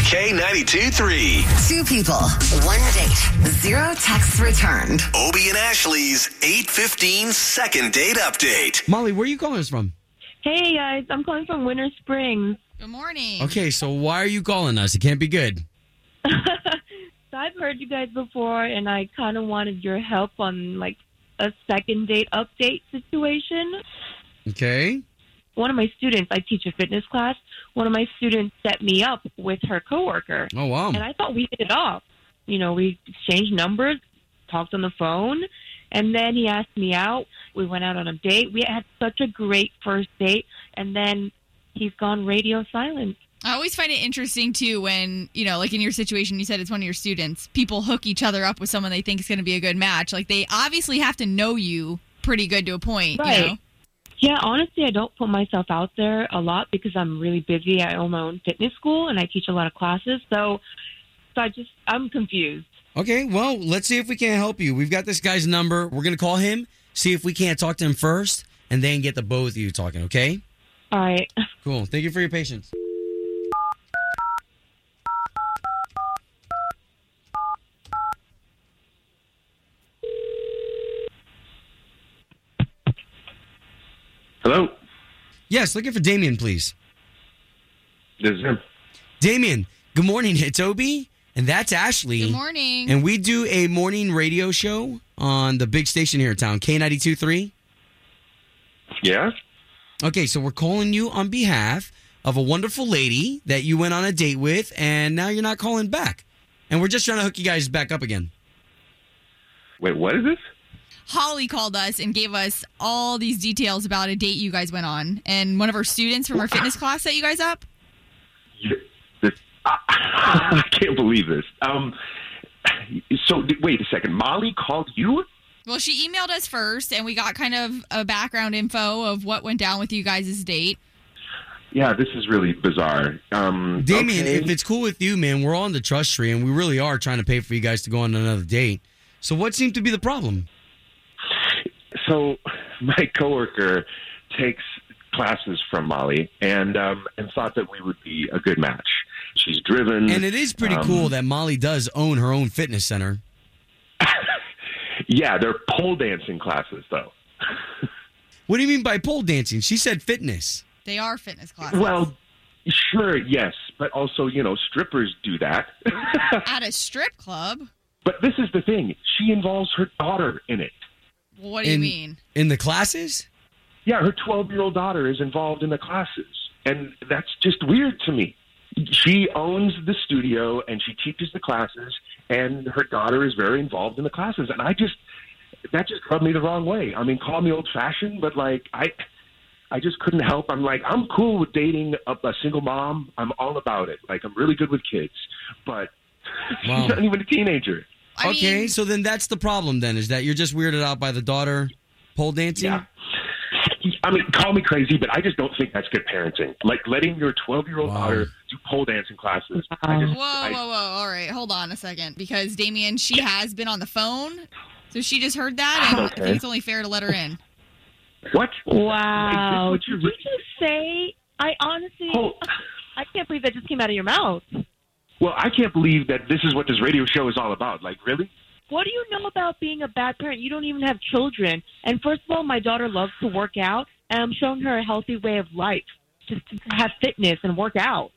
K92 3. Two people, one date, zero texts returned. Obie and Ashley's 815 second date update. Molly, where are you calling us from? Hey guys, I'm calling from Winter Springs. Good morning. Okay, so why are you calling us? It can't be good. So I've heard you guys before, and I kind of wanted your help on like a second date update situation. Okay. One of my students, I teach a fitness class. One of my students set me up with her coworker, Oh wow. and I thought we hit it off. You know, we exchanged numbers, talked on the phone, and then he asked me out. We went out on a date. We had such a great first date, and then he's gone radio silent. I always find it interesting too when, you know, like in your situation, you said it's one of your students, people hook each other up with someone they think is going to be a good match. Like they obviously have to know you pretty good to a point, you Right. know? Yeah, honestly, I don't put myself out there a lot because I'm really busy. I own my own fitness school and I teach a lot of classes. So, so I just I'm confused. Okay, well, let's see if we can't help you. We've got this guy's number. We're gonna call him, see if we can't talk to him first, and then get the both of you talking, okay? All right. Cool. Thank you for your patience. Hello, Yes, looking for Damien, please. this is him. Damien, good morning. It's Obi, and that's Ashley. Good morning. And we do a morning radio show on the big station here in town, K92 3. Yeah, Okay, so we're calling you on behalf of a wonderful lady that you went on a date with, and now you're not calling back. And we're just trying to hook you guys back up again. wait, what is this? Holly called us and gave us all these details about a date you guys went on. And one of our students from our fitness class set you guys up. You, this I can't believe this. Um, so wait a second, Molly called you. Well, she emailed us first, and we got kind of a background info of what went down with you guys' date. Yeah, this is really bizarre. Um, Damien, okay. if it's cool with you, man, we're on the trust tree, and we really are trying to pay for you guys to go on another date. So, what seemed to be the problem? so, my coworker takes classes from Molly and um, and thought that we would be a good match. She's driven, And it is pretty Um, cool that Molly does own her own fitness center. yeah, they're pole dancing classes though. What do you mean by pole dancing? She said fitness. They are fitness classes. Well, sure, yes, but also you know strippers do that. at a strip club. But this is the thing. She involves her daughter in it. Well, what do you In- mean? In the classes? Yeah, her 12 year old daughter is involved in the classes. And that's just weird to me. She owns the studio and she teaches the classes, and her daughter is very involved in the classes. And I just, that just rubbed me the wrong way. I mean, call me old fashioned, but like, I. I just couldn't help. I'm like, I'm cool with dating a, a single mom. I'm all about it. Like, I'm really good with kids, but Wow. she's not even a teenager. I okay, mean, so then that's the problem, then, is that you're just weirded out by the daughter pole dancing? Yeah. I mean, call me crazy, but I just don't think that's good parenting. Like letting your 12 year old Wow. daughter do pole dancing classes. I just, whoa, I- whoa, whoa. All right, hold on a second. Because Damien, she has been on the phone. So she just heard that, and I Okay. think it's only fair to let her in. What? Wow. Wait, this is what Did you you re- just say? I honestly, Oh, I can't believe that just came out of your mouth. well, I can't believe that this is what this radio show is all about. Like, really? What do you know about being a bad parent? You don't even have children. And first of all, my daughter loves to work out, and I'm showing her a healthy way of life, just to have fitness and work out.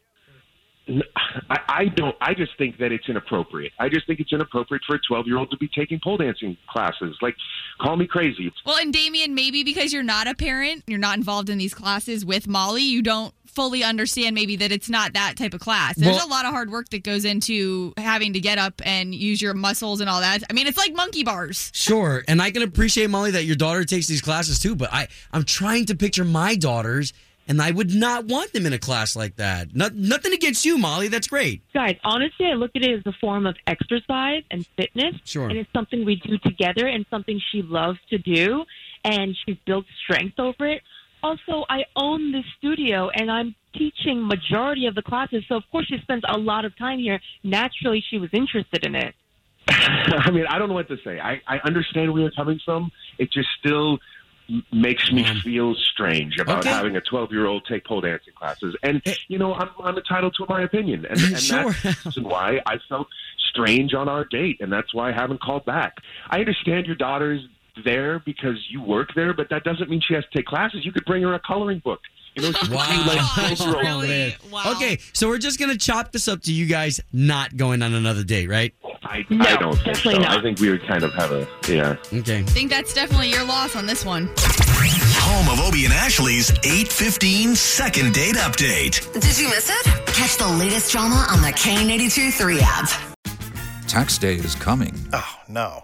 N- I, I don't. I just think that it's inappropriate. I just think it's inappropriate for a 12 year old to be taking pole dancing classes. Like, call me crazy. Well, and Damien, maybe because you're not a parent, you're not involved in these classes with Molly, you don't fully understand maybe that it's not that type of class. There's Well- a lot of hard work that goes into having to get up and use your muscles and all that. I mean, it's like monkey bars. Sure, and I can appreciate Molly that your daughter takes these classes too, but I I'm trying to picture my daughters and I would not want them in a class like that. Not, nothing against you, Molly, that's great. Guys, honestly, I look at it as a form of exercise and fitness. Sure. And it's something we do together and something she loves to do. And she's built strength over it. Also, I own this studio and I'm teaching majority of the classes. So, of course, she spends a lot of time here. Naturally, she was interested in it. I mean, I don't know what to say. I, I understand where you're coming from. It just still m- makes me Mm. feel strange about Okay. having a 12 year old take pole dancing classes. And, Eh. you know, I'm, I'm entitled to my opinion. And, and Sure. that's the reason why I felt strange on our date. And that's why I haven't called back. I understand your daughter's there because you work there, but that doesn't mean she has to take classes. You could bring her a coloring book. You know, she Wow. could be like, Gosh, really? man. Wow. Okay, so we're just gonna chop this up to you guys not going on another date, right? I, No, I don't think so. definitely not. I think we would kind of have a, yeah. Okay. I think that's definitely your loss on this one. Home of Obie and Ashley's 815 second date update. Did you miss it? Catch the latest drama on the K82 3 app. Tax day is coming, Oh, no.